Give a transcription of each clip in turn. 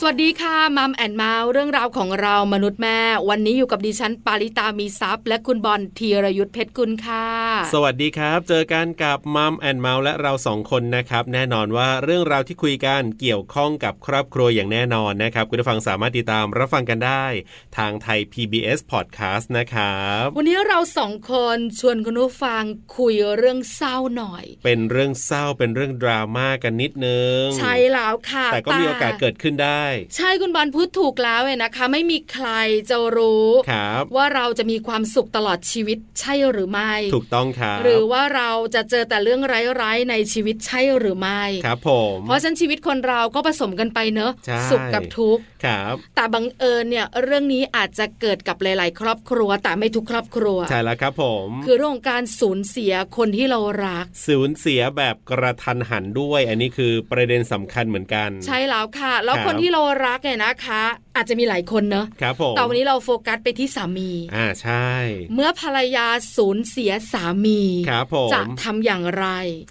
สวัสดีค่ะมัมแอนเมาส์เรื่องราวของเรามนุษย์แม่ วันนี้อยู่กับดิฉันปาริตามีซัพย์ และคุณบอลธีรยุทธเพชรกุลค่ะ สวัสดีครับ เจอกันกับมัมแอนเมาส์และเราสองคนนะครับ แน่นอนว่าเรื่องราวที่คุยกันเกี่ยวข้องกับครอบครัวอย่างแน่นอนนะครับ คุณผู้ฟังสามารถติดตามรับฟังกันได้ ทางไทย PBS Podcast นะครับ วันนี้เราสองคนชวนคุณผู้ฟังคุยเรื่องเศร้าหน่อย เป็นเรื่องเศร้าเป็นเรื่องดราม่ากันนิดนึง ใช่แล้วค่ะ แต่ก็มีโอกาสเกิดขึ้นได้ ใช่คุณบอลพูดถูกแล้วเลยนะคะ ไม่มีใครจะรู้ ครับ ว่าเราจะมีความสุขตลอดชีวิตใช่หรือไม่ ถูกต้องครับ หรือว่าเราจะเจอแต่เรื่องร้ายๆในชีวิตใช่หรือไม่ ครับผม เพราะฉะนั้นชีวิตคนเราก็ผสมกันไปเนอะ ใช่ สุขกับทุกข์ ครับ แต่บังเอิญเนี่ยเรื่องนี้อาจจะเกิดกับหลาย ๆ ครอบครัวแต่ไม่ทุกครอบครัว ใช่แล้วครับผม คือเรื่องของการสูญเสียคนที่เรารัก สูญเสียแบบกระทันหันด้วย อันนี้คือประเด็นสำคัญเหมือนกัน ใช่แล้วค่ะ แล้ว ครับ คนที่เรารักเนี่ยนะคะ อาจจะมีหลายคนเนอะ ครับผม แต่วันนี้เราโฟกัสไปที่สามี อ่าใช่ เมื่อภรรยาสูญเสียสามี ครับผม จะทำอย่างไร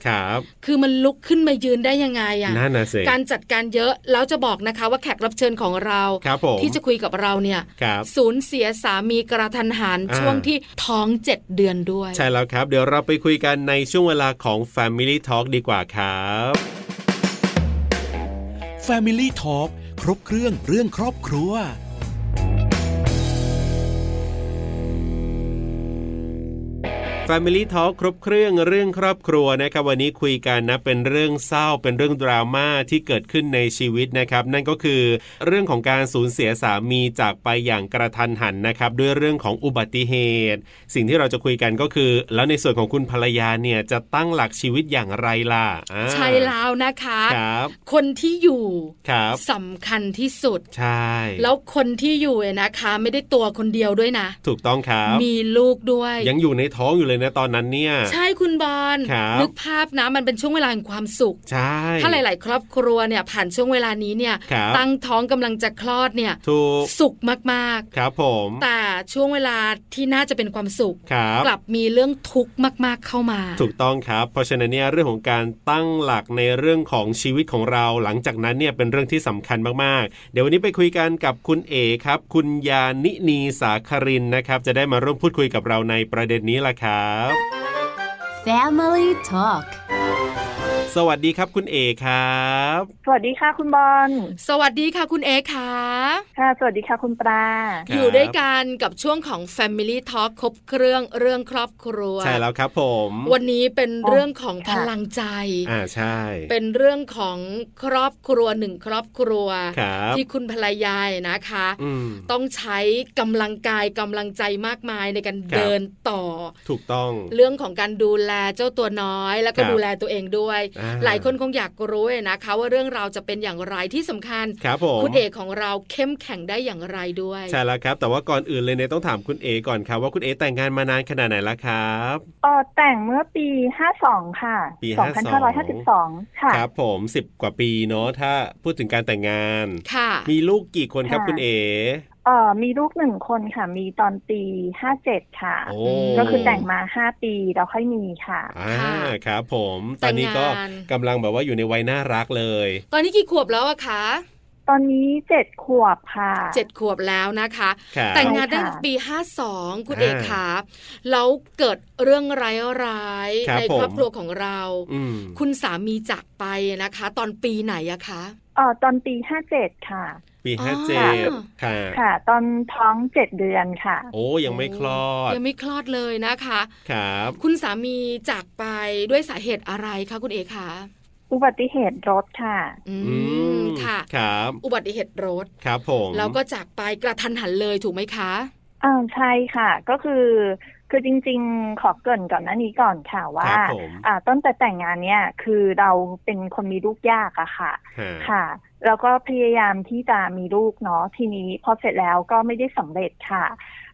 ครับ คือมันลุกขึ้นมายืนได้ยังไงอะ นั่นนะสิ การจัดการเยอะแล้วจะบอกนะคะว่าแขกรับเชิญของเรา ครับผม ที่จะคุยกับเราเนี่ย ครับ สูญเสียสามีกระทันหัน อ่า ช่วงที่ท้องเจ็ดเดือนด้วย ใช่แล้วครับ เดี๋ยวเราไปคุยกันในช่วงเวลาของ Family Talk ดีกว่าครับ Family Talk ครบเครื่องเรื่องครอบครัว Family Talk ครบเครื่องเรื่องครอบครัวนะครับ วันนี้คุยกันนะเป็นเรื่องเศร้าเป็นเรื่องดราม่าที่เกิดขึ้นในชีวิตนะครับ นั่นก็คือเรื่องของการสูญเสียสามีจากไปอย่างกระทันหันนะครับ ด้วยเรื่องของอุบัติเหตุ สิ่งที่เราจะคุยกันก็คือ แล้วในส่วนของคุณภรรยาเนี่ยจะตั้งหลักชีวิตอย่างไรล่ะอ่า ใช่แล้วนะคะ ครับ คนที่อยู่ ครับ สำคัญที่สุด ใช่ แล้วคนที่อยู่เนี่ยนะคะ ไม่ได้ตัวคนเดียวด้วยนะ ถูกต้องครับ มีลูกด้วย ยังอยู่ในท้องอยู่เลยนะตอนนั้นเนี่ย ใช่คุณบอล ครับ นึกภาพนะมันเป็นช่วงเวลาแห่งความสุข ใช่ ถ้าหลาย ๆ ครอบครัวเนี่ยผ่านช่วงเวลานี้เนี่ย ครับ ตั้งท้องกำลังจะคลอดเนี่ย ถูก สุขมาก ครับผม ๆ แต่ช่วงเวลาที่น่าจะเป็นความสุข ครับ กลับมีเรื่องทุกข์มาก ๆ เข้ามา ถูกต้องครับ เพราะฉะนั้นเนี่ยเรื่องของการตั้งหลักในเรื่องของชีวิตของเรา หลังจากนั้นเนี่ยเป็นเรื่องที่สำคัญมากๆ เดี๋ยววันนี้ไปคุยกันกับคุณเอครับ คุณยานินีสาครินนะครับ จะได้มาร่วมพูดคุยกับเราในประเด็นนี้ล่ะครับ Family Talk สวัสดีครับคุณเอครับ สวัสดีค่ะคุณบอล สวัสดีค่ะคุณเอค่ะ ค่ะ สวัสดีค่ะคุณปลา ครับ อยู่ด้วยกันกับช่วงของ Family Talk ครบเครื่องเรื่องครอบครัว ใช่แล้วครับผม วันนี้เป็นเรื่องของพ ค่ะ ลังใจ อ่าใช่ เป็นเรื่องของครอบครัวหนึ่งครอบครัว ครับ ที่คุณภรรยาเนี่ยนะคะ อืม ต้องใช้กำลังกายกำลังใจมากมายในการ ครับ เดินต่อ ถูกต้อง เรื่องของการดูแลเจ้าตัวน้อย แล้วก็ ครับ ดูแลตัวเองด้วย อ่า หลายคนคงอยากรู้เนี่ยนะคะ ว่าเรื่องราวจะเป็นอย่างไรที่สำคัญ ครับผม คุณเอกของเราเข้มแข็งได้อย่างไรด้วย ใช่แล้วครับ แต่ว่าก่อนอื่นเลยเนี่ยต้องถามคุณเอก่อนครับ ว่าคุณเอแต่งงานมานานขนาดไหนแล้วครับ เออแต่งเมื่อปี 52 ค่ะ ปี สองพันห้าร้อยห้าสิบสองค่ะ ครับผมสิบกว่าปีเนาะถ้าพูดถึงการแต่งงาน ค่ะ มีลูกกี่คนครับ ค่ะ คุณเอ เออมีลูกหนึ่งคนค่ะ มีตอนปี 57 ค่ะ โอ้ ก็คือแต่งมา 5 ปีแล้วค่อยมีค่ะ อ่า ค่ะ ครับผมตอนนี้ก็ แต่งงาน กำลังแบบว่าอยู่ในวัยน่ารักเลย ตอนนี้กี่ขวบแล้วอะคะ ตอนนี้ 7 ขวบค่ะ เจ็ดขวบแล้วนะคะ ครับ แต่งงานตั้ง ใช่ แต่ ค่ะ ปี 52 คุณ อ่า เอกขาแล้วเกิดเรื่องร้าย ครับ ๆใน ผม ครอบครัวของเรา อืม คุณสามีจากไปนะคะ ตอนปีไหนอะคะ เออตอนปี 57 ค่ะ ปี อ๋อ ห้าเจ็ดค่ะ ค่ะ ตอนท้อง 7 เดือนค่ะ โอ้ยังไม่คลอด ยังไม่คลอดเลยนะคะ ครับ คุณสามีจากไปด้วยสาเหตุอะไรคะคุณเอกขา อุบัติเหตุรถค่ะ อื อื มค่ะ ครับ อุบัติเหตุรถ ครับผม แล้วก็จากไปกระทันหันเลยถูกไหมคะ อ่าใช่ค่ะ ก็คือคือจริงๆ ขอเกริ่นก่อนหน้านี้ก่อนค่ะ ค ว่า รับผม อ่าต้นแต่แต่งงานเนี่ยคือเราเป็นคนมีลูกยากอะค่ะ ค่ะ ค่ะ แล้วก็พยายามที่จะมีลูกเนาะทีนี้พอเสร็จแล้วก็ไม่ได้สำเร็จค่ะ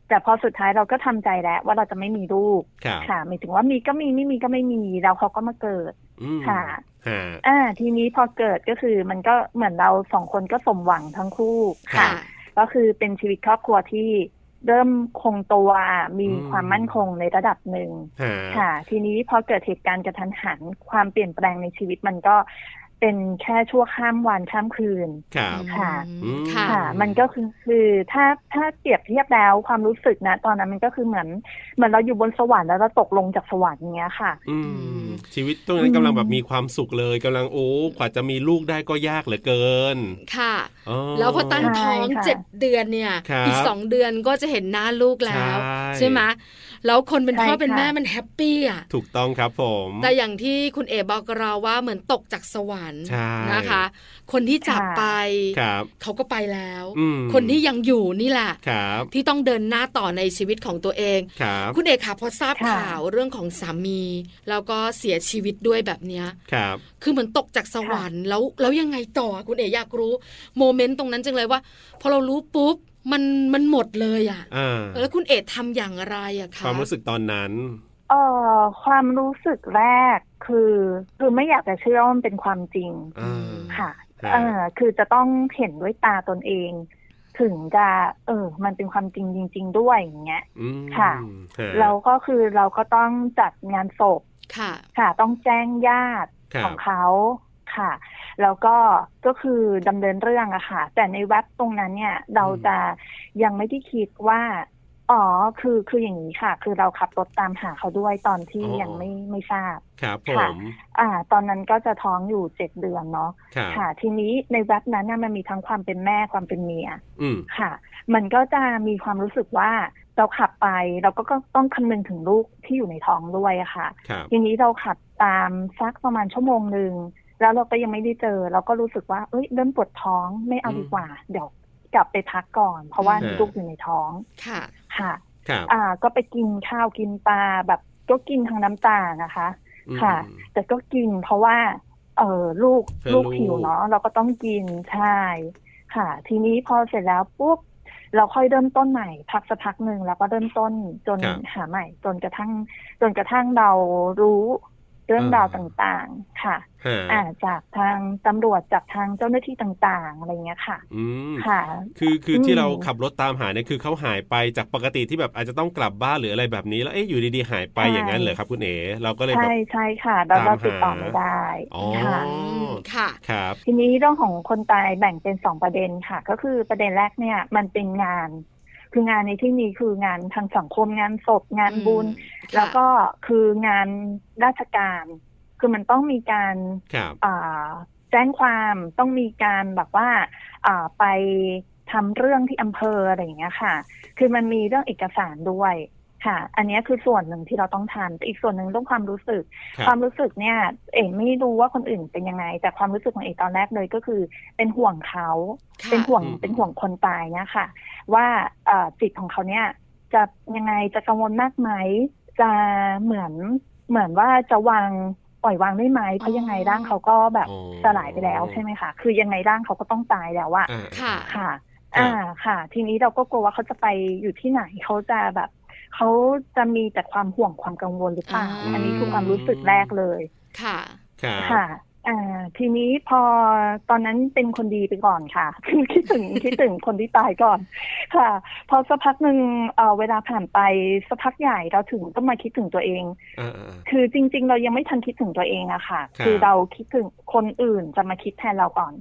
แต่พอสุดท้ายเราก็ทำใจแล้วว่าเราจะไม่มีลูก ครับ ค่ะหมายถึงว่ามีก็มีไม่มีก็ไม่มีแล้วเขาก็มาเกิด อืม ค่ะ ค่ะ อ่าทีนี้พอเกิดก็คือมันก็เหมือนเราสองคนก็สมหวังทั้งคู่ ค่ะ ก็คือเป็นชีวิตครอบครัวที่ เริ่มคงตัวมี อืม ความมั่นคงในระดับหนึ่ง ฮะ ค่ะ ทีนี้พอเกิดเหตุการณ์กระทันหันความเปลี่ยนแปลงในชีวิตมันก็เป็นแค่ชั่วข้ามวันข้ามคืน ครับ ค่ะ อืมค่ะ ค่ะ มันก็คือคือถ้าถ้าเปรียบเทียบแล้วความรู้สึกนะ ตอนนั้นมันก็คือเหมือนเหมือนเราอยู่บนสวรรค์แล้วเราตกลงจากสวรรค์เงี้ยค่ะ อืม อืม ชีวิตตรงนั้น อืม กำลังแบบมีความสุขเลยกำลังโอ้กว่าจะมีลูกได้ก็ยากเหลือเกิน ค่ะ อ๋อ แล้วพอตั้งท้อง ใช่ค่ะ เจ็ดเดือนเนี่ย ครับ อีกสองเดือนก็จะเห็นหน้าลูกแล้ว ใช่ ใช่ไหมแล้วคนเป็นพ่อ ใช่ค่ะ เป็นแม่มันแฮปปี้อ่ะ ถูกต้องครับผม แต่อย่างที่คุณเอบอกเราว่าเหมือนตกจากสวรรค์ ใช่ นะคะ คนที่จากไป ครับ เขาก็ไปแล้ว อืม คนที่ยังอยู่นี่แหละ ครับ ที่ต้องเดินหน้าต่อในชีวิตของตัวเอง ครับ คุณเอกค่ะพอทราบ ค่ะ ข่าวเรื่องของสามี แล้วก็เสียชีวิตด้วยแบบเนี้ย ครับ คือเหมือนตกจากสวรรค์แล้วแล้วยังไงต่อคุณเอกอยากรู้ โมเมนต์ตรงนั้นจังเลยว่า พอเรารู้ปุ๊บมันมันหมดเลยอะ อ่า แล้วคุณเอกทำอย่างไรอะคะ ความรู้สึกตอนนั้น เอ่อความรู้สึกแรกคือคือไม่อยากจะเชื่อว่ามันเป็นความจริง อ่า ค่ะ ครับ เอ่อคือจะต้องเห็นด้วยตาตนเอง ถึงจะเออ มันเป็นความจริงจริง ๆ ด้วยอย่างเงี้ย อืม ค่ะ ฮะ เราก็คือเราก็ต้องจัดงานศพ ค่ะ ค่ะต้องแจ้งญาติ ครับ ของเขาค่ะ แล้วก็ก็คือดำเนินเรื่องอะค่ะ แต่ในเว็บตรงนั้นเนี่ยเรา อืม จะยังไม่ได้คิดว่าอ๋อคือคืออย่างนี้ค่ะ คือเราขับรถตามหาเขาด้วยตอนที่ยังไม่ไม่ทราบ ครับผ ค่ะ ม อ่า ตอนนั้นก็จะท้องอยู่เจ็ดเดือนเนาะ ครับ ค่ะ ทีนี้ในเว็บนั้นน่ะมันมีทั้งความเป็นแม่ความเป็นเมีย อืม ค่ะ มันก็จะมีความรู้สึกว่าเราขับไปเราก็ก็ต้องคำนึงถึงลูกที่อยู่ในท้องด้วยอะค่ะ ครับ ทีนี้เราขับตามสักประมาณชั่วโมงหนึ่งแล้วเราก็ยังไม่ได้เจอ เราก็รู้สึกว่าเอ้ยเริ่มปวดท้องไม่เอาดีกว่า เดี๋ยวกลับไปพักก่อน เพราะว่า อืม ลูกอยู่ในท้อง ค่ะ ค่ะ ครับ อ่า ก็ไปกินข้าวกินปลาแบบก็กินทางน้ำตานะคะ อืม ค่ะ แต่ก็กินเพราะว่า เออลูก เพื่อ ลูก ลูก หิวเนาะเราก็ต้องกินใช่ค่ะ ทีนี้พอเสร็จแล้วปุ๊บเราค่อยเริ่มต้นใหม่ พักสักพักหนึ่งแล้วก็เริ่มต้นจนหาใหม่ จนกระทั่ง จนกระทั่งเรารู้เรื่องราวต่างๆ ค่ะ ฮะ อ่าจากทางตำรวจจากทางเจ้าหน้าที่ต่างๆอะไรเงี้ยค่ะ อืม ค่ะ คือคือที่ อืม เราขับรถตามหาเนี่ยคือเขาหายไปจากปกติที่แบบอาจจะต้องกลับบ้านหรืออะไรแบบนี้แล้วเอ๊ะอยู่ดีๆหายไปอย่างนั้นเหรอครับคุณเอ๋เราก็เลยแบ ใช่ บ ใช่ค่ะเราเราติดต่อ ตามหา ไม่ได้ อ๋อ ค่ะ มค่ะ ครับ ทีนี้เรื่องของคนตายแบ่งเป็นสองประเด็นค่ะ ก็คือประเด็นแรกเนี่ย มันเป็นงาน คืองานในที่นี้คืองานทางสังคมงานศพงานบุญ ค่ะ แล้วก็คืองานราชการ คือมันต้องมีการ ครับ อ่าแจ้งความต้องมีการแบบว่าอ่าไปทำเรื่องที่อำเภออะไรอย่างเงี้ยค่ะ คือมันมีเรื่องเอกสารด้วยค่ะ อันเนี้ยคือส่วนหนึ่งที่เราต้องทำแต่อีกส่วนหนึ่งเรื่องความรู้สึก ครับ ความรู้สึกเนี่ย เอ๋ไม่รู้ว่าคนอื่นเป็นยังไง แต่ความรู้สึกของเอ๋ตอนแรกเลยก็คือเป็นห่วงเขา ค่ะ เป็นห่วง อืม เป็นห่วงคนตายเนี่ยค่ะ ว่าเอ่อจิตของเขาเนี่ย จะยังไงจะกังวลมากไหมจะเหมือนเหมือนว่าจะวางปล่อยวางได้ไหมเพราะยังไงร่างเขาก็แบบ อ๋อ สลายไปแล้วใช่ไหมคะคือยังไงร่างเขาก็ต้องตายแล้วอะ อ่า ค่ะ ค่ะ ครับ อ่าค่ะ ทีนี้เราก็กลัวว่าเขาจะไปอยู่ที่ไหนเขาจะแบบเขาจะมีแต่ความห่วงความกังวลหรือเปล่า อ่า อันนี้คือความรู้สึกแรกเลย ค่ะ ครับ ค่ะ อ่า ทีนี้พอตอนนั้นเป็นคนดีไปก่อนค่ะ คือคิดถึงคิดถึงคนที่ตายก่อน ค่ะ พอสักพักหนึ่งเอ่อเวลาผ่านไปสักพักใหญ่เราถึงก็มาคิดถึงตัวเอง อ่าอ่า คือจริง ๆ เรายังไม่ทันคิดถึงตัวเองอะค่ะ ครับ คือเราคิดถึงคนอื่นจะมาคิดแทนเราก่อน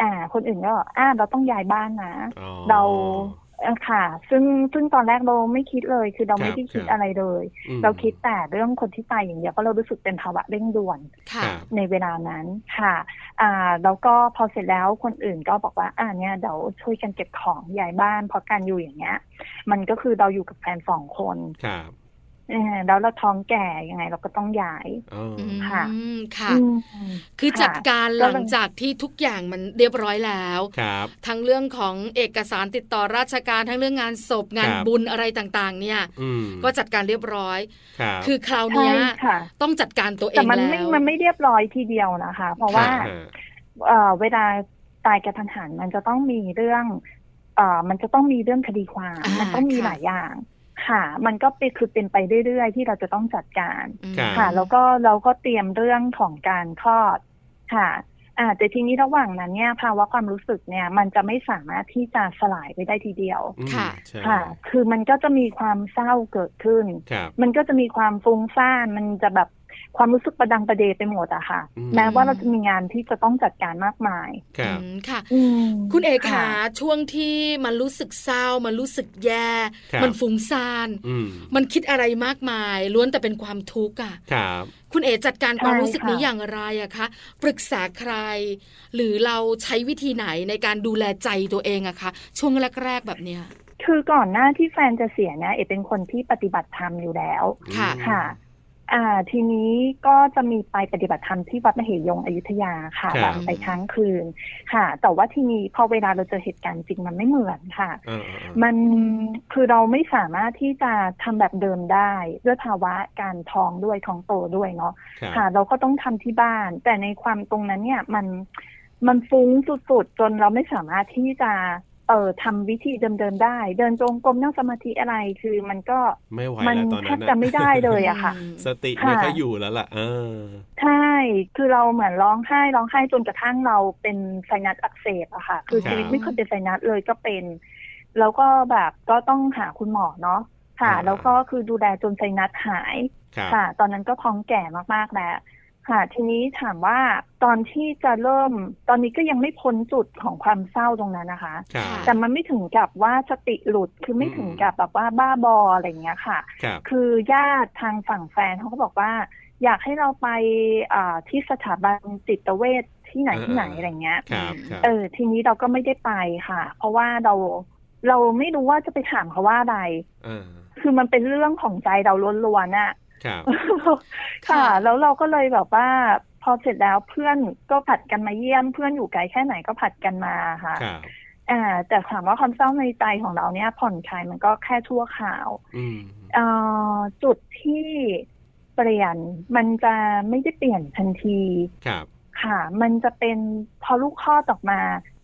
อ่า คนอื่นก็อ่าเราต้องย้ายบ้านนะ อ๋อ เราเอ่อค่ะ ซึ่งซึ่งตอนแรกเราไม่คิดเลย คือเราไม่ได้คิด ครับ อะไรเลย อืม เราคิดแต่เรื่องคนที่ตายอย่างเดียวเพราะเรารู้สึกเป็นภาวะเร่งด่วน ค่ะ ครับ ในเวลานั้นค่ะ อ่า แล้วก็พอเสร็จแล้วคนอื่นก็บอกว่า อ่าเนี่ยเดี๋ยวช่วยกันเก็บของย้ายบ้านเพราะการอยู่อย่างเงี้ย มันก็คือเราอยู่กับแฟนสองคน ครับ เออแล้วเราท้องแก่ยังไงเราก็ต้องย้าย อ๋ออ อืม ค่ะ ค่ะ อืม คือจัดการ ค่ะ ห ก็ ลั เลย งจากที่ทุกอย่างมันเรียบร้อยแล้ว ครับ ทั้งเรื่องของเอกสารติดต่อราชการทั้งเรื่องงานศพงาน ครับ บุญอะไรต่างๆ เนี่ย อืม ก็จัดการเรียบร้อย ครับ คือคราว ใช่ เนี้ย ค่ะ ต้องจัดการตัวเอ แต่ ง มัน แล้ ไม่ ว มันไม่เรียบร้อยทีเดียวนะคะ เพราะว่า ฮฮ เอ่อเวลาตายกระทันหันมันจะต้องมีเรื่อง เอ่อมันจะต้องมีเรื่องคดีความ อ่ามั มันต้องมี ค่ะ หลายอย่าง ค่ะ มันก็เป็นคือเป็นไปเรื่อยๆ ที่เราจะต้องจัดการ อืม ค่ะแล้วก็เราก็เตรียมเรื่องของการคลอดค่ะ อ่าแต่ทีนี้ระหว่างนั้นเนี่ยภาวะความรู้สึกเนี่ยมันจะไม่สามารถที่จะสลายไปได้ทีเดียว อืม ค่ะ ใช่ ค่ะ คือมันก็จะมีความเศร้าเกิดขึ้น ครับ มันก็จะมีความฟุ้งซ่าน มันจะแบบความรู้สึกประดังประเดไปหมดอะค่ะ อื แม้ว่าเราจะมีงานที่จะต้องจัดการมากมาย ครับ อืมค่ะ อืม คุณเอกค่ะ ะ ช่วงที่มันรู้สึกเศร้า มันรู้สึกแย่ ครับ มันฟุ้งซ่าน อืม มันคิดอะไรมากมาย ล้วนแต่เป็นความทุกข์อ่ะ ครับ คุณเอจัดการความ ใช่ รู้สึกนี้ ค่ะ อย่างไรอะคะ ปรึกษาใคร หรือเราใช้วิธีไหนในการดูแลใจตัวเองอะคะ ช่วงแรก ๆ แบบเนี้ย คือก่อนหน้าที่แฟนจะเสียเนี่ยเอกเป็นคนที่ปฏิบัติธรรมอยู่แล้ว ค่ะ ค่ะ อ่า ทีนี้ก็จะมีไปปฏิบัติธรรมที่วัดมเหยงอยุธยาค่ะ ค แบ รับ บไปครั้งคืน ค่ะ แต่ว่าทีนี้พอเวลาเราเจอเหตุการณ์จริงมันไม่เหมือนค่ะ อ่าๆๆ มันคือเราไม่สามารถที่จะทำแบบเดิมได้ ด้วยภาวะการท้องด้วยท้องโตด้วยเนาะ ครับ ค่ะ เราก็ต้องทำที่บ้าน แต่ในความตรงนั้นเนี่ยมันมันฟุ้งสุดๆ จนเราไม่สามารถที่จะเอ่อทำวิธีเดิมๆได้ เดินจงกรมนั่งสมาธิอะไรคือมันก็ ไม่ไหว มัน แล้วตอน แท นั้ บ น จะไม่ได้เลยอะค่ะ ม สติไม่ค่อย ค่ะ อยู่แล้วล่ะอ่า ใช่ คือเราเหมือนร้องไห้ร้องไห้จนกระทั่งเราเป็นไซนัสอักเสบอะค่ะ คือ ครับ ชีวิตไม่เคยเป็นไซนัสเลยก็เป็น แล้วก็แบบก็ต้องหาคุณหมอเนาะ ค่ะ แล้วก็คือดูแลจนไซนัสหาย ครับ ค่ะ ตอนนั้นก็ท้องแก่มากๆแล้ว ค่ะ ทีนี้ถามว่าตอนที่จะเริ่ม ตอนนี้ก็ยังไม่พ้นจุดของความเศร้าตรงนั้นนะคะ ครั ค่ะ แต่ บ มันไม่ถึงกับว่าสติหลุด คือไม่ถึงกับแบบว่าบ้าบออะไรอย่างเงี้ยค่ะ ครับ คือญาติทางฝั่งแฟนเขาก็บอกว่า อยากให้เราไปอ่าที่สถาบันจิตเวชที่ไหน อ่า ที่ไหนอะไรเงี้ย ครับครับ เออทีนี้เราก็ไม่ได้ไปค่ะ เพราะว่าเราเราไม่รู้ว่าจะไปถามเขาว่าอะไร อ่า คือมันเป็นเรื่องของใจเราล้วนๆน่ะ ครับ ค่ะ แล้วเราก็เลยแบบว่า พอเสร็จแล้วเพื่อนก็ผัดกันมาเยี่ยม เพื่อนอยู่ไกลแค่ไหนก็ผัดกันมาค่ะ ครับ อ่าแต่ถามว่าความเศร้าในใจของเราเนี่ยผ่อนคลายมันก็แค่ชั่วคราว อืม เอ่อจุดที่เปลี่ยนมันจะไม่ได้เปลี่ยนทันที ครับ ค่ะ มันจะเป็นพอลูกคลอดออกมา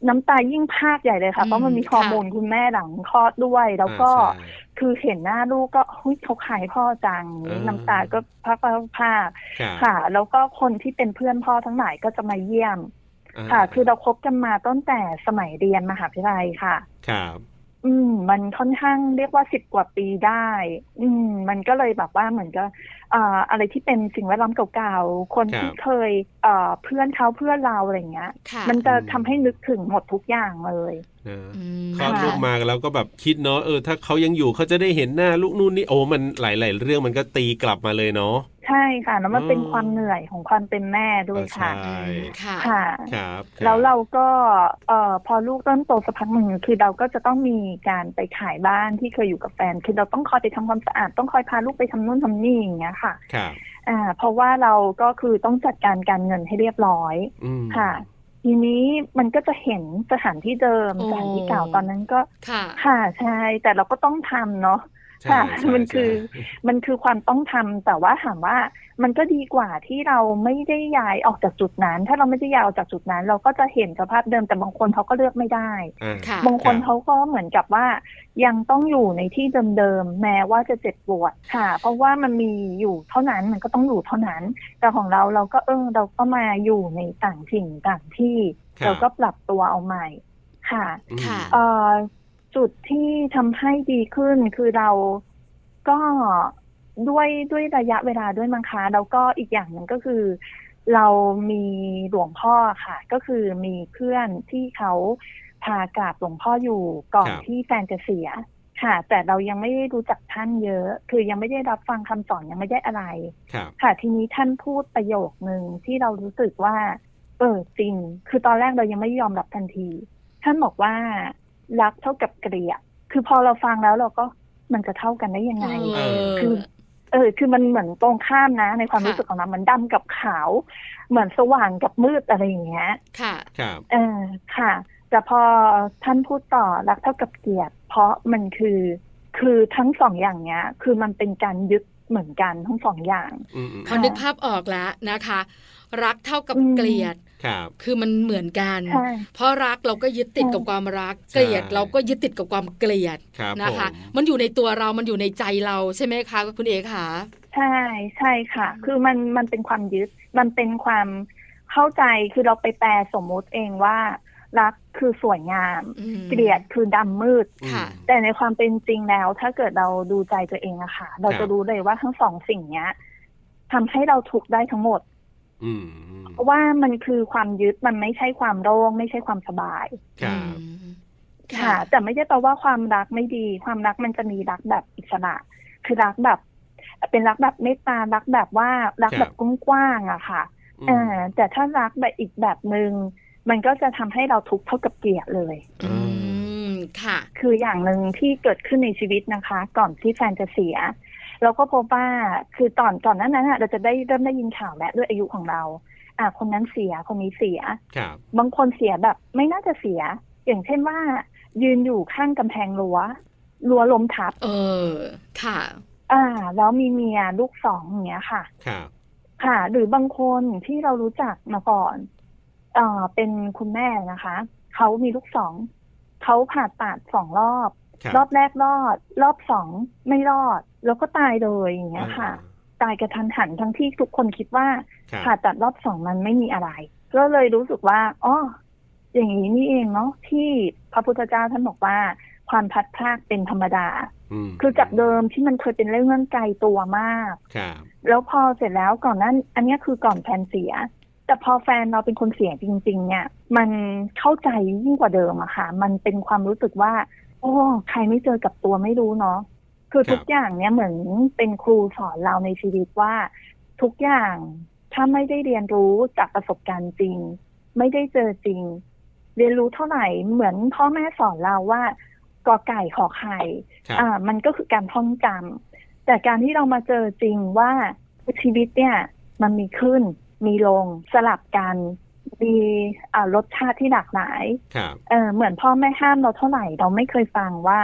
น้ำตายิ่งพรากใหญ่เลย อื ค่ะ ม เพราะมันมีฮอร์โมนคุณแม่หลังคลอดด้วย แล้วก็ อ่าใช่ คือเห็นหน้าลูกก็หุ้ยเขาขายพ่อจัง อ่า น้ำตาก็พรากพราก ครับ ค่ะ แล้วก็คนที่เป็นเพื่อนพ่อทั้งหลายก็จะมาเยี่ยม อ่า ค่ะ คือเราคบกันมาตั้งแต่สมัยเรียนมหาวิทยาลัยค่ะ ครับ อืมมันค่อนข้างเรียกว่าสิบกว่าปีได้ อืม มันก็เลยแบบว่าเหมือนกับอ่าอะไรที่เป็นสิ่งแวดล้อมเก่าๆ คน ครับ ที่เคยเอ่อเพื่อนเขาเพื่อนเราอะไรอย่างเงี้ย ค่ะ มันจะทำให้นึกถึงหมดทุกอย่างเลย นะ อืม คลอด ค่ะ ลูกมาแล้วก็แบบคิดเนาะเออถ้าเขายังอยู่เขาจะได้เห็นหน้าลูกนู่นนี่โอ้มันหลาย ๆ เรื่องมันก็ตีกลับมาเลยเนาะ ใช่ค่ะแล้วมัน อืม เป็นความเหนื่อยของความเป็นแม่ด้วยค่ะ เออใช่ ค่ะ ค่ะ ครับคบ แล้วเราก็เอ่อพอลูกเริ่มโตสักพักหนึ่งคือเราก็จะต้องมีการไปขายบ้านที่เคยอยู่กับแฟน คือเราต้องคอยไปทำความสะอาดต้องคอยพาลูกไปทำนู่นทำนี่อย่างเงี้ยค่ะ ครับ อ่าเพราะว่าเราก็คือต้องจัดการการเงินให้เรียบร้อย อืม ค่ะ ทีนี้มันก็จะเห็นสถานที่เดิม โอ้ สถานที่เก่าตอนนั้นก็ ค่ะ ค่ะใช่แต่เราก็ต้องทำเนาะ ใช่ ค่ะ ใช่ มันคือ ใช่ มันคือความต้องทำแต่ว่าถามว่ามันก็ดีกว่าที่เราไม่ได้ย้ายออกจากจุดนั้น ถ้าเราไม่ได้ย้ายออกจากจุดนั้น เราก็จะเห็นสภาพเดิมแต่บางคนเขาก็เลือกไม่ได้ อ่า ค่ะ บางคน ครับ เขาก็เหมือนกับว่า ยังต้องอยู่ในที่เดิมๆแม้ว่าจะเจ็บปวดค่ะ เพราะว่ามันมีอยู่เท่านั้นมันก็ต้องอยู่เท่านั้น แต่ของเราเราก็เออเราก็มาอยู่ในต่างถิ่นต่างที่ ครับ เราก็ปรับตัวเอาใหม่ค่ะ อืม ค่ะ เอ่อจุดที่ทำให้ดีขึ้นคือเราก็ด้วยด้วยระยะเวลาด้วยมังคะแล้วก็อีกอย่างหนึ่งก็คือ เรามีหลวงพ่อค่ะ ก็คือมีเพื่อนที่เขาพากราบหลวงพ่ออยู่ก่อน ครับ ที่แฟนจะเสียค่ะ แต่เรายังไม่ได้รู้จักท่านเยอะ คือยังไม่ได้รับฟังคำสอนยังไม่ได้อะไร ครับ ค่ะทีนี้ท่านพูดประโยคหนึ่งที่เรารู้สึกว่า เออจริง คือตอนแรกเรายังไม่ยอมรับทันที ท่านบอกว่ารักเท่ากับเกลียดคือพอเราฟังแล้วเราก็มันจะเท่ากันได้ยังไง เออ คือ เออ คือมันเหมือนตรงข้ามนะ ในความ ค่ะ รู้สึกของเรามันดำกับขาว เหมือนสว่างกับมืดอะไรอย่างเงี้ย ค่ะ ครับ เออค่ะ แต่พอท่านพูดต่อรักเท่ากับเกลียดเพราะมันคือคือทั้งสองอย่างเนี้ย คือมันเป็นการยึดเหมือนกันทั้งสองอย่าง อืมอืม พอนึกภาพออกแล้วนะคะ รักเท่ากับ อืม เกลียด ครับ คือมันเหมือนกัน ใช่ เพราะรักเราก็ยึดติด ใช่ กับความรักเกใช่ลียดเราก็ยึดติดกับความเกลียด ครับ นะ ผม คะ มันอยู่ในตัวเรา มันอยู่ในใจเราใช่ไหมคะคุณเอกคะ ใช่ใช่ค่ะ คือมันมันเป็นความยึด มันเป็นความ เข้าใจคือเราไปแปลสมมุติเองว่า รักคือสวยงาม อืม เกลียดคือดำมืด ค่ะ แต่ในความเป็นจริงแล้ว ถ้าเกิดเราดูใจตัวเองอะค่ะ เรา ครั จะ บ รู้เลยว่าทั้งสองสิ่งเนี้ยทำให้เราถูกได้ทั้งหมด อืม เพราะว่ามันคือความยึดมันไม่ใช่ความโล่งไม่ใช่ความสบาย ครับ อืม ค่ะแต่ไม่ใช่แปลว่าความรักไม่ดี ความรักมันจะมีรักแบบอิสระ คือรักแบบ เป็นรักแบบเมตตารักแบบว่ารัก ครับ แบบกว้างๆอะค่ะเออแต่ถ้ารักแบบอีกแบบหนึง่งมันก็จะทำให้เราทุกข์เท่ากับเกลียดเลย อืมค่ะ คืออย่างหนึ่งที่เกิดขึ้นในชีวิตนะคะ ก่อนที่แฟนจะเสีย เราก็พบว่าคือตอนก่อนหนั้นนั้นอะเราจะได้เริ่มได้ยินข่าวแล้วด้วยอายุของเรา อ่ะคนนั้นเสียคนนี้เสีย ครับ บางคนเสียแบบไม่น่าจะเสีย อย่างเช่นว่า ยืนอยู่ข้างกำแพงรั้วรั้วล้มทับ เออ ค่ะ อ่า แล้วมีเมียลูกสองอย่างเงี้ยค่ะ ครับ ค่ะ หรือบางคนที่เรารู้จักมาก่อนเอ่อเป็นคุณแม่นะคะเขามีลูกสองเขาผ่าตัดสองรอบ ครับ รอบแรกรอด รอบสองไม่รอด แล้วก็ตายเลยอย่างเงี้ยค่ะ ตายกระทันหันทั้งที่ทุกคนคิดว่า ครับ ผ่าตัดรอบสองมันไม่มีอะไร ก็เลยรู้สึกว่าอ๋ออย่างนี้นี่เองเนาะที่พระพุทธเจ้าท่านบอกว่า ความพลัดพรากเป็นธรรมดา ม คือจากเดิมที่มันเคยเป็นเรื่องไกลตัวมาก ครับ แล้วพอเสร็จแล้วก่อนหนั้น อันเนี้ยคือก่อนแฟนเสีย แต่พอแฟนเราเป็นคนเสียจริง ๆ เนี่ย มันเข้าใจยิ่งกว่าเดิมอะค่ะ มันเป็นความรู้สึกว่า โอ้ใครไม่เจอกับตัวไม่รู้เนาะคือ ครับ ทุกอย่างเนี่ยเหมือนเป็นครูสอนเราในชีวิตว่า ทุกอย่างถ้าไม่ได้เรียนรู้จากประสบการณ์จริง ไม่ได้เจอจริง เรียนรู้เท่าไหร่เหมือนพ่อแม่สอนเราว่ากอไก่ขอไข่ ครับ อ่ามันก็คือการท่องจำแต่การที่เรามาเจอจริงว่าชีวิตเนี่ยมันมีขึ้น มีลงสลับกัน มีอ่ารสชาติที่หลากหลาย ครับ เออเหมือนพ่อแม่ห้ามเราเท่าไหร่เราไม่เคยฟังว่า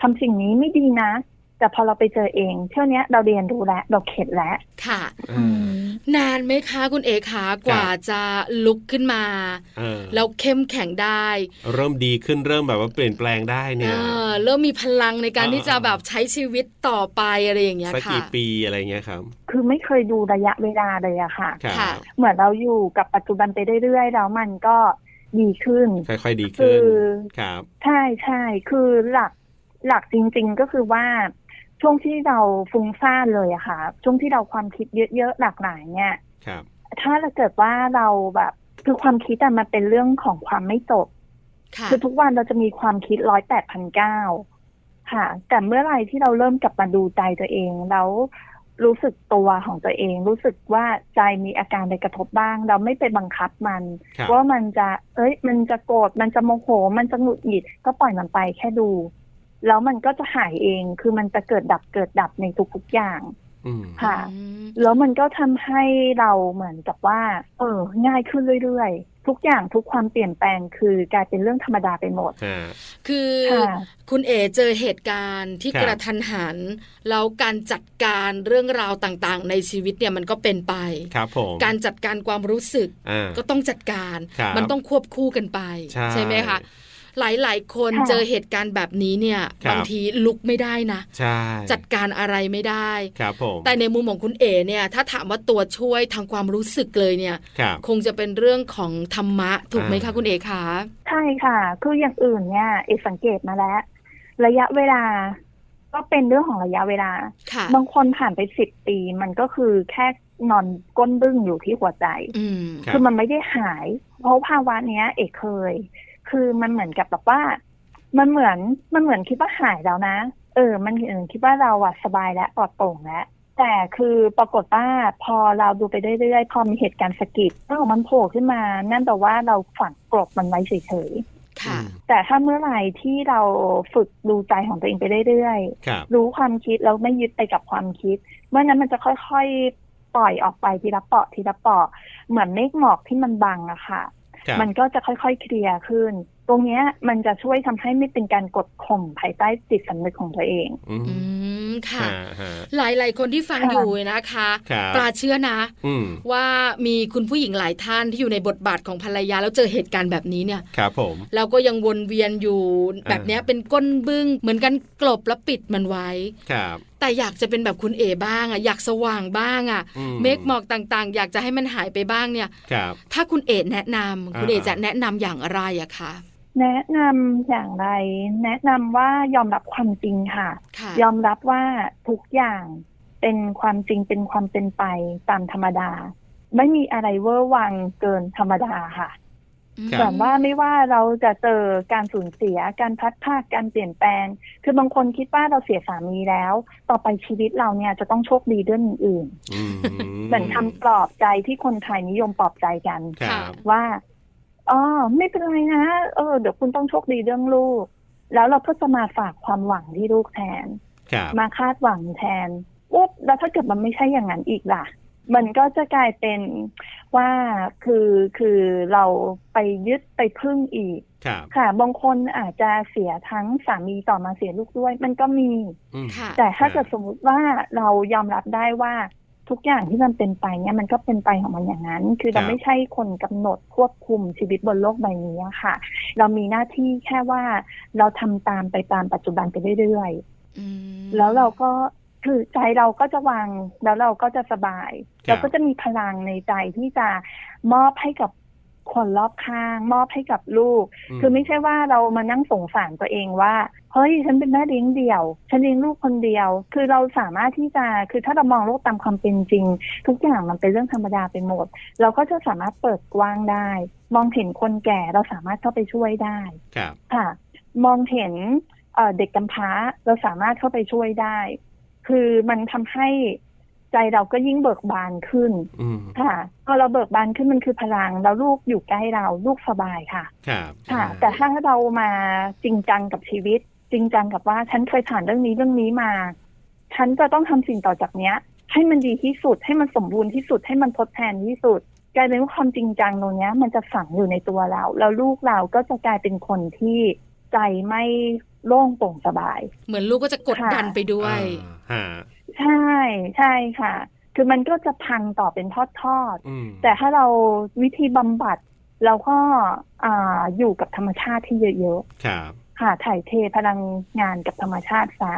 ทำสิ่งนี้ไม่ดีนะ แต่พอเราไปเจอเองเที่ยวเนี้ยเราเรียนรู้แล้วเราเข็ดแล้ว ค่ะ นานไหมคะคุณเอคะกว่าจะลุกขึ้นมา เออ แล้วเข้มแข็งได้ เริ่มดีขึ้นเริ่มแบบว่าเปลี่ยนแปลงได้เนี่ย เออเริ่มมีพลังในการ อ่า ที่จะแบบใช้ชีวิตต่อไปอะไรอย่างเงี้ย สัก ค่ะ กี่ปีอะไรเงี้ยครับ คือไม่เคยดูระยะเวลาเลยอะค่ะ ครั ค่ะ บ เหมือนเราอยู่กับปัจจุบันไปเรื่อยๆแล้วมันก็ดีขึ้น ค่อยๆดีขึ้น คือ ครับ ใช่ใช่คือหลักหลักจริง ๆ ก็คือว่าช่วงที่เราฟุ้งซ่านเลยอะค่ะ ช่วงที่เราความคิดเยอะๆหลากหลายเนี่ย ครับ ถ้าเราเกิดว่าเราแบบคือความคิดอะมันเป็นเรื่องของความไม่จบ ค่ะ คือทุกวันเราจะมีความคิดร้อยแปดพันเก้าค่ะ แต่เมื่อไหรที่เราเริ่มกลับมาดูใจตัวเอง แล้วรู้สึกตัวของตัวเอง รู้สึกว่าใจมีอาการใดกระทบบ้าง เราไม่ไปบังคับมัน ครับ ว่ามันจะ เอ้ย มันจะโกรธ มันจะโมโห มันจะหงุดหงิด ก็ปล่อยมันไปแค่ดู แล้วมันก็จะหายเอง คือมันจะเกิดดับ เกิดดับในทุกๆอย่าง อืม ค่ะ แล้วมันก็ทำให้เราเหมือนกับว่า เออ ง่ายขึ้นเรื่อยๆ ทุกอย่างทุกความเปลี่ยนแปลงคือกลายเป็นเรื่องธรรมดาไปหมด อ่า คือ ค่ะ คุณเอเจอเหตุการณ์ที่ ครับ กระทันหันแล้วการจัดการเรื่องราวต่างๆ ในชีวิตเนี่ยมันก็เป็นไป ครับผม การจัดการความรู้สึก อ่า ก็ต้องจัดการ ครับ มันต้องควบคู่กันไป ใช่ ไหมคะหลายๆ คน ค่ะ เจอเหตุการณ์แบบนี้เนี่ย ครับ บางทีลุกไม่ได้นะ ใช่ จัดการอะไรไม่ได้ ครับผม แต่ในมุมของคุณเอเนี่ยถ้าถามว่าตัวช่วยทางความรู้สึกเลยเนี่ย ครับ คงจะเป็นเรื่องของธรรมะถูกไหมคะ อ่า คุณเอคะ ใช่ค่ะ คืออย่างอื่นเนี่ย เอกสังเกตมาแล้ว ระยะเวลา ก็เป็นเรื่องของระยะเวลา ค่ะ บางคนผ่านไปสิบปี มันก็คือแค่นอนก้นบึ้งอยู่ที่หัวใจ อืม ครับ คือมันไม่ได้หาย เพราะภาวะเนี้ย เอกเคย คือมันเหมือนกับแบบว่า มันเหมือนมันเหมือนคิดว่าหายแล้วนะ เออ มันเหมือนคิดว่าเราอะสบายแล้วปลอดโปร่งแล้วแต่คือปรากฏว่าพอเราดูไปเรื่อยๆพอมีเหตุการณ์สะกิดเรื่องของมันโผล่ขึ้นมา นั่นแปลว่าเราฝังกลบมันไว้เฉย ค่ะ อืม ๆแต่ถ้าเมื่อไหร่ที่เราฝึกดูใจของตัวเองไปเรื่อยๆ ครับ รู้ความคิดแล้วไม่ยึดไปกับความคิด เมื่อนั้นมันจะค่อยๆ ปล่อยออกไปทีละเปาะทีละเปาะ เหมือนเมฆหมอกที่มันบังอะค่ะ ครับ มันก็จะค่อยๆ เคลียร์ขึ้น ตรงเนี้ยมันจะช่วยทำให้ไม่เป็นการกดข่มภายใต้จิตสำนึกของตัวเอง อืม อืมค่ะ ฮะฮะ หลายๆ คนที่ฟัง ค่ะ อยู่นะคะ ครับ ปลาเชื่อนะ อืม ว่ามีคุณผู้หญิงหลายท่านที่อยู่ในบทบาทของภรรยาแล้วเจอเหตุการณ์แบบนี้เนี่ย ครับผม เราก็ยังวนเวียนอยู่แบบเนี้ย อ่า เป็นก้นบึ้งเหมือนกันกลบแล้วปิดมันไว้ ครับ แต่อยากจะเป็นแบบคุณเอบ้างอ่ะอยากสว่างบ้างอ่ะ อื เมฆหมอกต่างๆ อยากจะให้มันหายไปบ้างเนี่ย ครับ ถ้าคุณเอแนะนำคุณเอ อ่า จะแนะนำอย่างไรอะคะ แนะนำอย่างไร แนะนำว่ายอมรับความจริงค่ะ ค่ะ ยอมรับว่าทุกอย่างเป็นความจริงเป็นความเป็นไปตามธรรมดา ไม่มีอะไรเวอร์วังเกินธรรมดาค่ะ อืม ครับ ส่วนว่าไม่ว่าเราจะเจอการสูญเสีย การพลัดพรากการเปลี่ยนแปลง คือบางคนคิดว่าเราเสียสามีแล้ว ต่อไปชีวิตเราเนี่ยจะต้องโชคดีเรื่องอื่น อืม ๆเหมือนคำปลอบใจที่คนไทยนิยมปลอบใจกัน ครับ ว่าอ๋อไม่เป็นไรนะ เออ เดี๋ยวคุณต้องโชคดีเรื่องลูก แล้วเราก็จะมาฝากความหวังที่ลูกแทน ครับ มาคาดหวังแทนปุ๊บแล้วถ้าเกิดมันไม่ใช่อย่างนั้นอีกล่ะ มันก็จะกลายเป็นว่าคือคือเราไปยึดไปพึ่งอีก ครับ ค่ะ บางคนอาจจะเสียทั้งสามีต่อมาเสียลูกด้วย มันก็มี อืม ค่ะ แต่ถ้า ครับ เกิดสมมุติว่าเรายอมรับได้ว่าทุกอย่างที่มันเป็นไปเนี่ยมันก็เป็นไปของมันอย่างนั้น คือเราไม่ใช่คนกำหนดควบคุมชีวิตบนโลกใบนี้อะค่ะ เรามีหน้าที่แค่ว่าเราทำตามไปตามปัจจุบันไปเรื่อย อืม ๆ แล้วเราก็คือใจเราก็จะวางแล้วเราก็จะสบาย ครับ เราก็จะมีพลังในใจที่จะมอบให้กับคนรอบข้าง มอบให้กับลูก คือไม่ใช่ว่าเรามานั่งสงสารตัวเองว่า เฮ้ย ฉันเป็นแม่เลี้ยงเดี่ยว ฉันเลี้ยงลูกคนเดียว คือเราสามารถที่จะคือถ้าเรามองโลกตามความเป็นจริง ทุกอย่างมันเป็นเรื่องธรรมดาไปหมด เราก็จะสามารถเปิดกว้างได้ มองเห็นคนแก่เราสามารถเข้าไปช่วยได้ ครับ ค่ะ มองเห็นเอ่อเด็กกำพร้าเราสามารถเข้าไปช่วยได้ คือมันทำให้ใจเราก็ยิ่งเบิกบานขึ้น อืม ค่ะพอเราเบิกบานขึ้นมันคือพลังแล้วลูกอยู่ใกล้เราลูกสบายค่ะ ครับ ค่ะ แต่ถ้าเรามาจริงจังกับชีวิต จริงจังกับว่าฉันเคยผ่านเรื่องนี้เรื่องนี้มา ฉันจะต้องทำสิ่งต่อจากเนี้ย ให้มันดีที่สุดให้มันสมบูรณ์ที่สุดให้มันทดแทนที่สุดกลายเป็นว่าความจริงจังตรงเนี้ย มันจะฝังอยู่ในตัวเรา แล้วลูกเราก็จะกลายเป็นคนที่ใจไม่โล่งโปร่งสบาย เหมือนลูกก็จะกดดัน ค่ะ ไปด้วย อ่าฮะ ใช่ใช่ค่ะ คือมันก็จะพังต่อเป็นทอดๆ อืม แต่ถ้าเราวิธีบำบัดเราก็อาอยู่กับธรรมชาติที่เยอะ ครับ ๆค่ะถ่ายเทพลังงานกับธรรมชาติซะ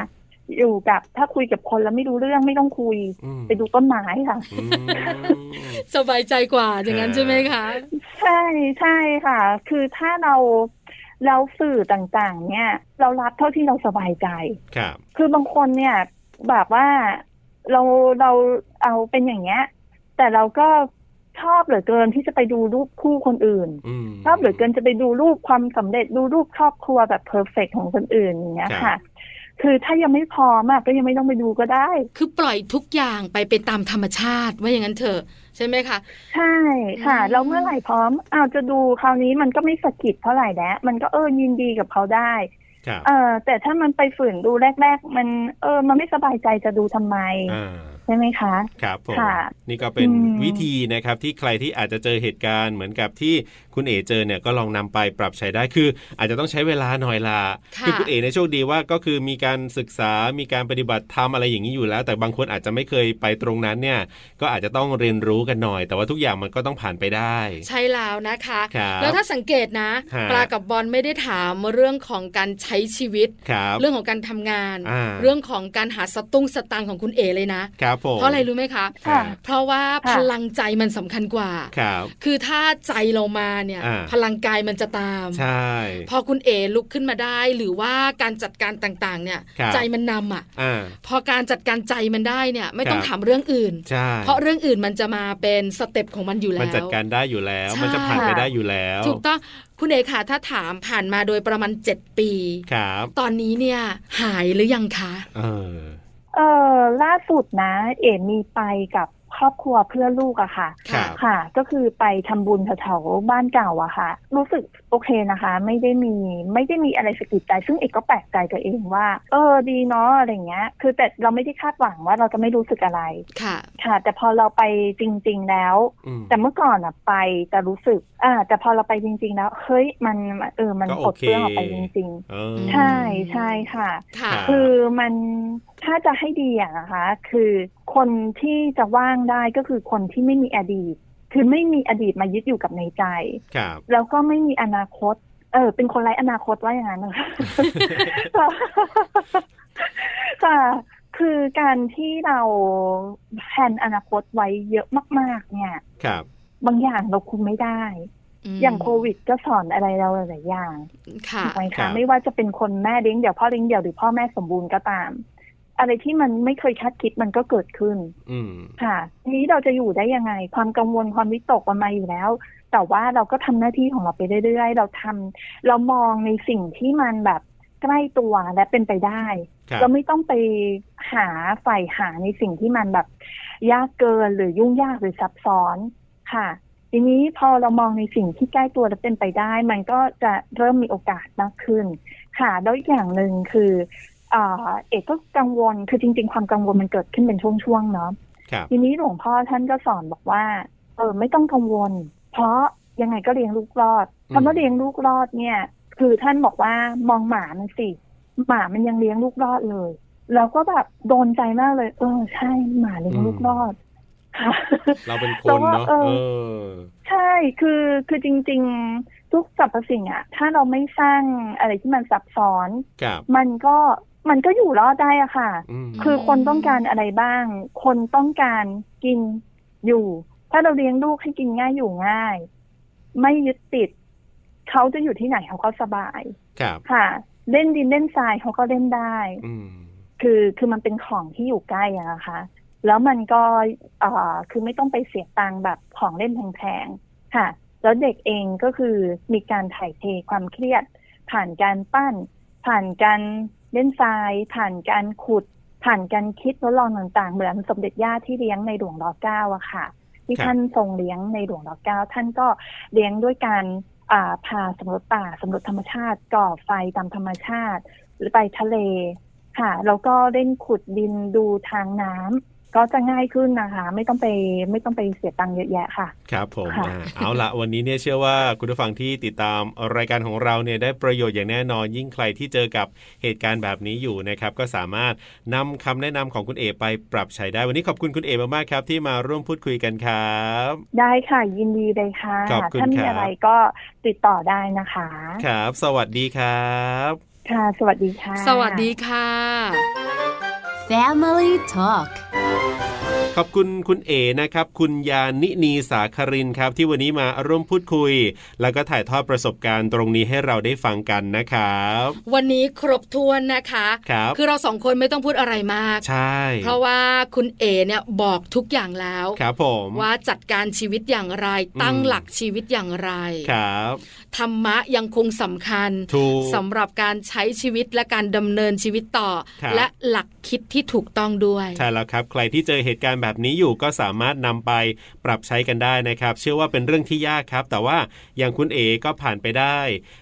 อยู่กับถ้าคุยกับคนแล้วไม่รู้เรื่องไม่ต้องคุย อืม ไปดูต้นไม้ค่ะ อืม สบายใจกว่าอย่างนั้น อ่า ใช่ไหมคะ ใช่ใช่ค่ะ คือถ้าเราเราสื่อต่างๆ เนี่ย เรารับเท่าที่เราสบายใจ ครับ คือบางคนเนี่ย แบบว่าเราเราเอาเป็นอย่างเงี้ย แต่เราก็ชอบเหลือเกินที่จะไปดูรูปคู่คนอื่น อืม ชอบเหลือเกินจะไปดูรูปความสำเร็จดูรูปครอบครัวแบบเพอร์เฟกของคนอื่นอย่างเงี้ย ครั ค่ะ บ คือถ้ายังไม่พร้อมอะก็ยังไม่ต้องไปดูก็ได้ คือปล่อยทุกอย่างไปเป็นตามธรรมชาติว่าอย่างนั้นเถอะใช่ไหมคะ ใช่ค่ะ อืม แล้วเมื่อไหร่พร้อมอ้าวจะดูคราวนี้มันก็ไม่สะกิดเท่าไหร่แล้วมันก็เออยินดีกับเขาได้ ครับ เออแต่ถ้ามันไปฝืนดูแรก ๆ มันเออ มันไม่สบายใจจะดูทำไม อ่า ใช่ไหมคะ ครับผม ค่ะ นี่ก็เป็น อืม วิธีนะครับที่ใครที่อาจจะเจอเหตุการณ์เหมือนกับที่คุณเอเจอเนี่ยก็ลองนำไปปรับใช้ได้คือ อาจจะต้องใช้เวลาหน่อยละ ค่ะ อคุณเอในยโชคดีว่าก็คือมีการศึกษามีการปฏิบัติธรรมอะไรอย่างนี้อยู่แล้ว แต่บางคนอาจจะไม่เคยไปตรงนั้นเนี่ยก็อาจจะต้องเรียนรู้กันหน่อย แต่ว่าทุกอย่างมันก็ต้องผ่านไปได้ ใช่แล้วนะคะ ครับ แล้วถ้าสังเกตนะ ฮะ ปลากับบอลไม่ได้ถามเรื่องของการใช้ชีวิต ครับ เรื่องของการทำงาน อ่า เรื่องของการหาสตุ้งสตังค์ของคุณเอเลยนะ ครับผม เพราะอะไรรู้ไหมคะ ค่ะ เพราะว่า ค่ะ พลังใจมันสำคัญกว่า ครับ คือถ้าใจเรามาเนี่ย อ่า พลังกายมันจะตาม ใช่ พอคุณเอลุกขึ้นมาได้ หรือว่าการจัดการต่างๆ เนี่ย ครับ ใจมันนำอ่ะ อ่า พอการจัดการใจมันได้เนี่ย ไม่ต้อง ครับ ถามเรื่องอื่น ใช่ เพราะเรื่องอื่นมันจะมาเป็นสเต็ปของมันอยู่แล้ว มันจัดการได้อยู่แล้ว ใช่ มันจะผ่านไปได้อยู่แล้ว ถูกต้องคุณเอค่ะถ้าถามผ่านมาโดยประมาณ 7 ปี ครับ ตอนนี้เนี่ยหายหรือยังคะ เออ เออล่าสุดนะ เอ๋มีไปกับครอบครัวเพื่อลูกอะค่ะ ครับ ค่ะ ก็คือไปทำบุญแถวๆบ้านเก่าอะค่ะ รู้สึกโอเคนะคะ ไม่ได้มีไม่ได้มีอะไรสะกิดใจ ซึ่งเอกก็แปลกใจตัวเองว่า เออดีเนาะอะไรเงี้ย คือแต่เราไม่ได้คาดหวังว่าเราจะไม่รู้สึกอะไร ค่ะ ค่ะ แต่พอเราไปจริง ๆแล้ว อืม แต่เมื่อก่อนอะไปแต่รู้สึก อ่า แต่พอเราไปจริง ๆ แล้ว เฮ้ยมันเออมัน ก็ ปล โอ ด เค เปลื้องออกไปจริง เออ ๆ ใช่ใช่ค่ะ ค่ะ ครับ คือมันถ้าจะให้ดีอะนะคะ คือคนที่จะว่างได้ก็คือคนที่ไม่มีอดีต คือไม่มีอดีตมายึดอยู่กับในใจ ครับ แล้วก็ไม่มีอนาคต เออ เป็นคนไร้อนาคตว่าอย่างนั้นนะคะ ค่ะ คือการที่เราแผนอนาคตไว้เยอะมาก ๆ เนี่ย ครับ บางอย่างเราคุมไม่ได้ ม อย่างโควิดก็สอนอะไรเราหลายๆอย่าง ค่ะ ถูกไหมคะไม่ว่าจะเป็นคนแม่เลี้ยงเดี่ยวพ่อเลี้ยงเดี่ยวหรือพ่อแม่สมบูรณ์ก็ตาม อะไรที่มันไม่เคยคาดคิดมันก็เกิดขึ้น อืม ค่ะทีนี้เราจะอยู่ได้ยังไง ความกังวลความวิตกมันมาอยู่แล้ว แต่ว่าเราก็ทำหน้าที่ของเราไปเรื่อยๆ เราทำเรามองในสิ่งที่มันแบบใกล้ตัวและเป็นไปได้ ครับ เราไม่ต้องไปหาใฝ่หาในสิ่งที่มันแบบยากเกินหรือยุ่งยากหรือซับซ้อนค่ะ ทีนี้พอเรามองในสิ่งที่ใกล้ตัวและเป็นไปได้ มันก็จะเริ่มมีโอกาสมากขึ้น ค่ะแล้วอีกอย่างหนึ่งคือเอ่อเอกก็กังวลคือจริง ๆ ความกังวลมันเกิดขึ้นเป็นช่วงๆเนาะ ครับ ทีนี้หลวงพ่อท่านก็สอนบอกว่า เออไม่ต้องกังวล เพราะยังไงก็เลี้ยงลูกรอดคำว่าเลี้ยงลูกรอดเนี่ย คือท่านบอกว่ามองหมามันสิ หมามันยังเลี้ยงลูกรอดเลย แล้วก็แบบโดนใจมากเลย เออ ใช่หมาเลี้ยงลูกรอดค่ะ เราเป็นคนเนาะ แต่ว่า เอ เอ อ ใช่คือคือจริง ๆ ทุกสรรพสิ่งอะถ้าเราไม่สร้างอะไรที่มันซับซ้อน ครับ มันก็มันก็อยู่รอดได้อะค่ะ อืม คือคนต้องการอะไรบ้าง คนต้องการกินอยู่ ถ้าเราเลี้ยงลูกให้กินง่ายอยู่ง่าย ไม่ยึดติด เขาจะอยู่ที่ไหนเขาก็สบาย ครับ ค่ะ เล่นดินเล่นทรายเขาก็เล่นได้ อืม คือคือมันเป็นของที่อยู่ใกล้อะนะคะ แล้วมันก็เอ่อคือไม่ต้องไปเสียตังค์แบบของเล่นแพงๆค่ะ แล้วเด็กเองก็คือมีการถ่ายเทความเครียด ผ่านการปั้น ผ่านการเล่นทราย ผ่านการขุด ผ่านการคิดทดลองต่างๆ เหมือนสมเด็จย่าที่เลี้ยงในหลวงรัชกาลเก้าอะค่ะ ที่ท่านทรงเลี้ยงในหลวงรัชกาลเก้าท่านก็เลี้ยงด้วยการอ่าพาสำรวจป่าสำรวจธรรมชาติ ก่อไฟตามธรรมชาติ หรือไปทะเล ค่ะแล้วก็เล่นขุดดินดูทางน้ำก็จะง่ายขึ้นนะคะ ไม่ต้องไปไม่ต้องไปเสียตังค์เยอะแยะค่ะ ครับผม ค่ะ อ่าเอาละวันนี้เนี่ยเชื่อว่าคุณผู้ฟังที่ติดตามรายการของเราเนี่ยได้ประโยชน์อย่างแน่นอน ยิ่งใครที่เจอกับเหตุการณ์แบบนี้อยู่นะครับ ก็สามารถนำคำแนะนำของคุณเอไปปรับใช้ได้วันนี้ขอบคุณคุณเอมากๆครับ ที่มาร่วมพูดคุยกันครับ ได้ค่ะ ยินดีเลยค่ะ ขอบคุณ ถ้ามี ครับ อะไรก็ติดต่อได้นะคะ ครับ สวัสดีครับ ค่ะ สวัสดีค่ะ สวัสดีค่ะ Family Talk ขอบคุณคุณเอนะครับ คุณยานินีสาครินครับ ที่วันนี้มาร่วมพูดคุย แล้วก็ถ่ายทอดประสบการณ์ตรงนี้ให้เราได้ฟังกันนะครับ วันนี้ครบถ้วนนะคะ ครับ คือเราสองคนไม่ต้องพูดอะไรมาก ใช่ เพราะว่าคุณเอเนี่ยบอกทุกอย่างแล้ว ครับผม ว่าจัดการชีวิตอย่างไร อืม ตั้งหลักชีวิตอย่างไร ครับ ธรรมะยังคงสำคัญ ถูก สำหรับการใช้ชีวิตและการดำเนินชีวิตต่อ ครับ และหลักคิดที่ถูกต้องด้วย ใช่แล้วครับ ใครที่เจอเหตุการณ์แบบนี้อยู่ก็สามารถนำไปปรับใช้กันได้นะครับ เชื่อว่าเป็นเรื่องที่ยากครับ แต่ว่าอย่างคุณเอก็ผ่านไปได้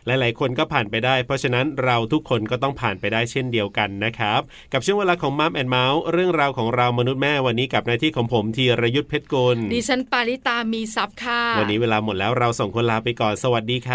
หลาย ๆ คนก็ผ่านไปได้ เพราะฉะนั้นเราทุกคนก็ต้องผ่านไปได้เช่นเดียวกันนะครับ กับช่วงเวลาของมัมแอนเมาส์เรื่องราวของเรามนุษย์แม่วันนี้กับหน้าที่ของผมธีรยุทธเพชรกุล ดิฉันปาริตามีซับค่ะ วันนี้เวลาหมดแล้วเราส่งคนลาไปก่อนสวัสดีคร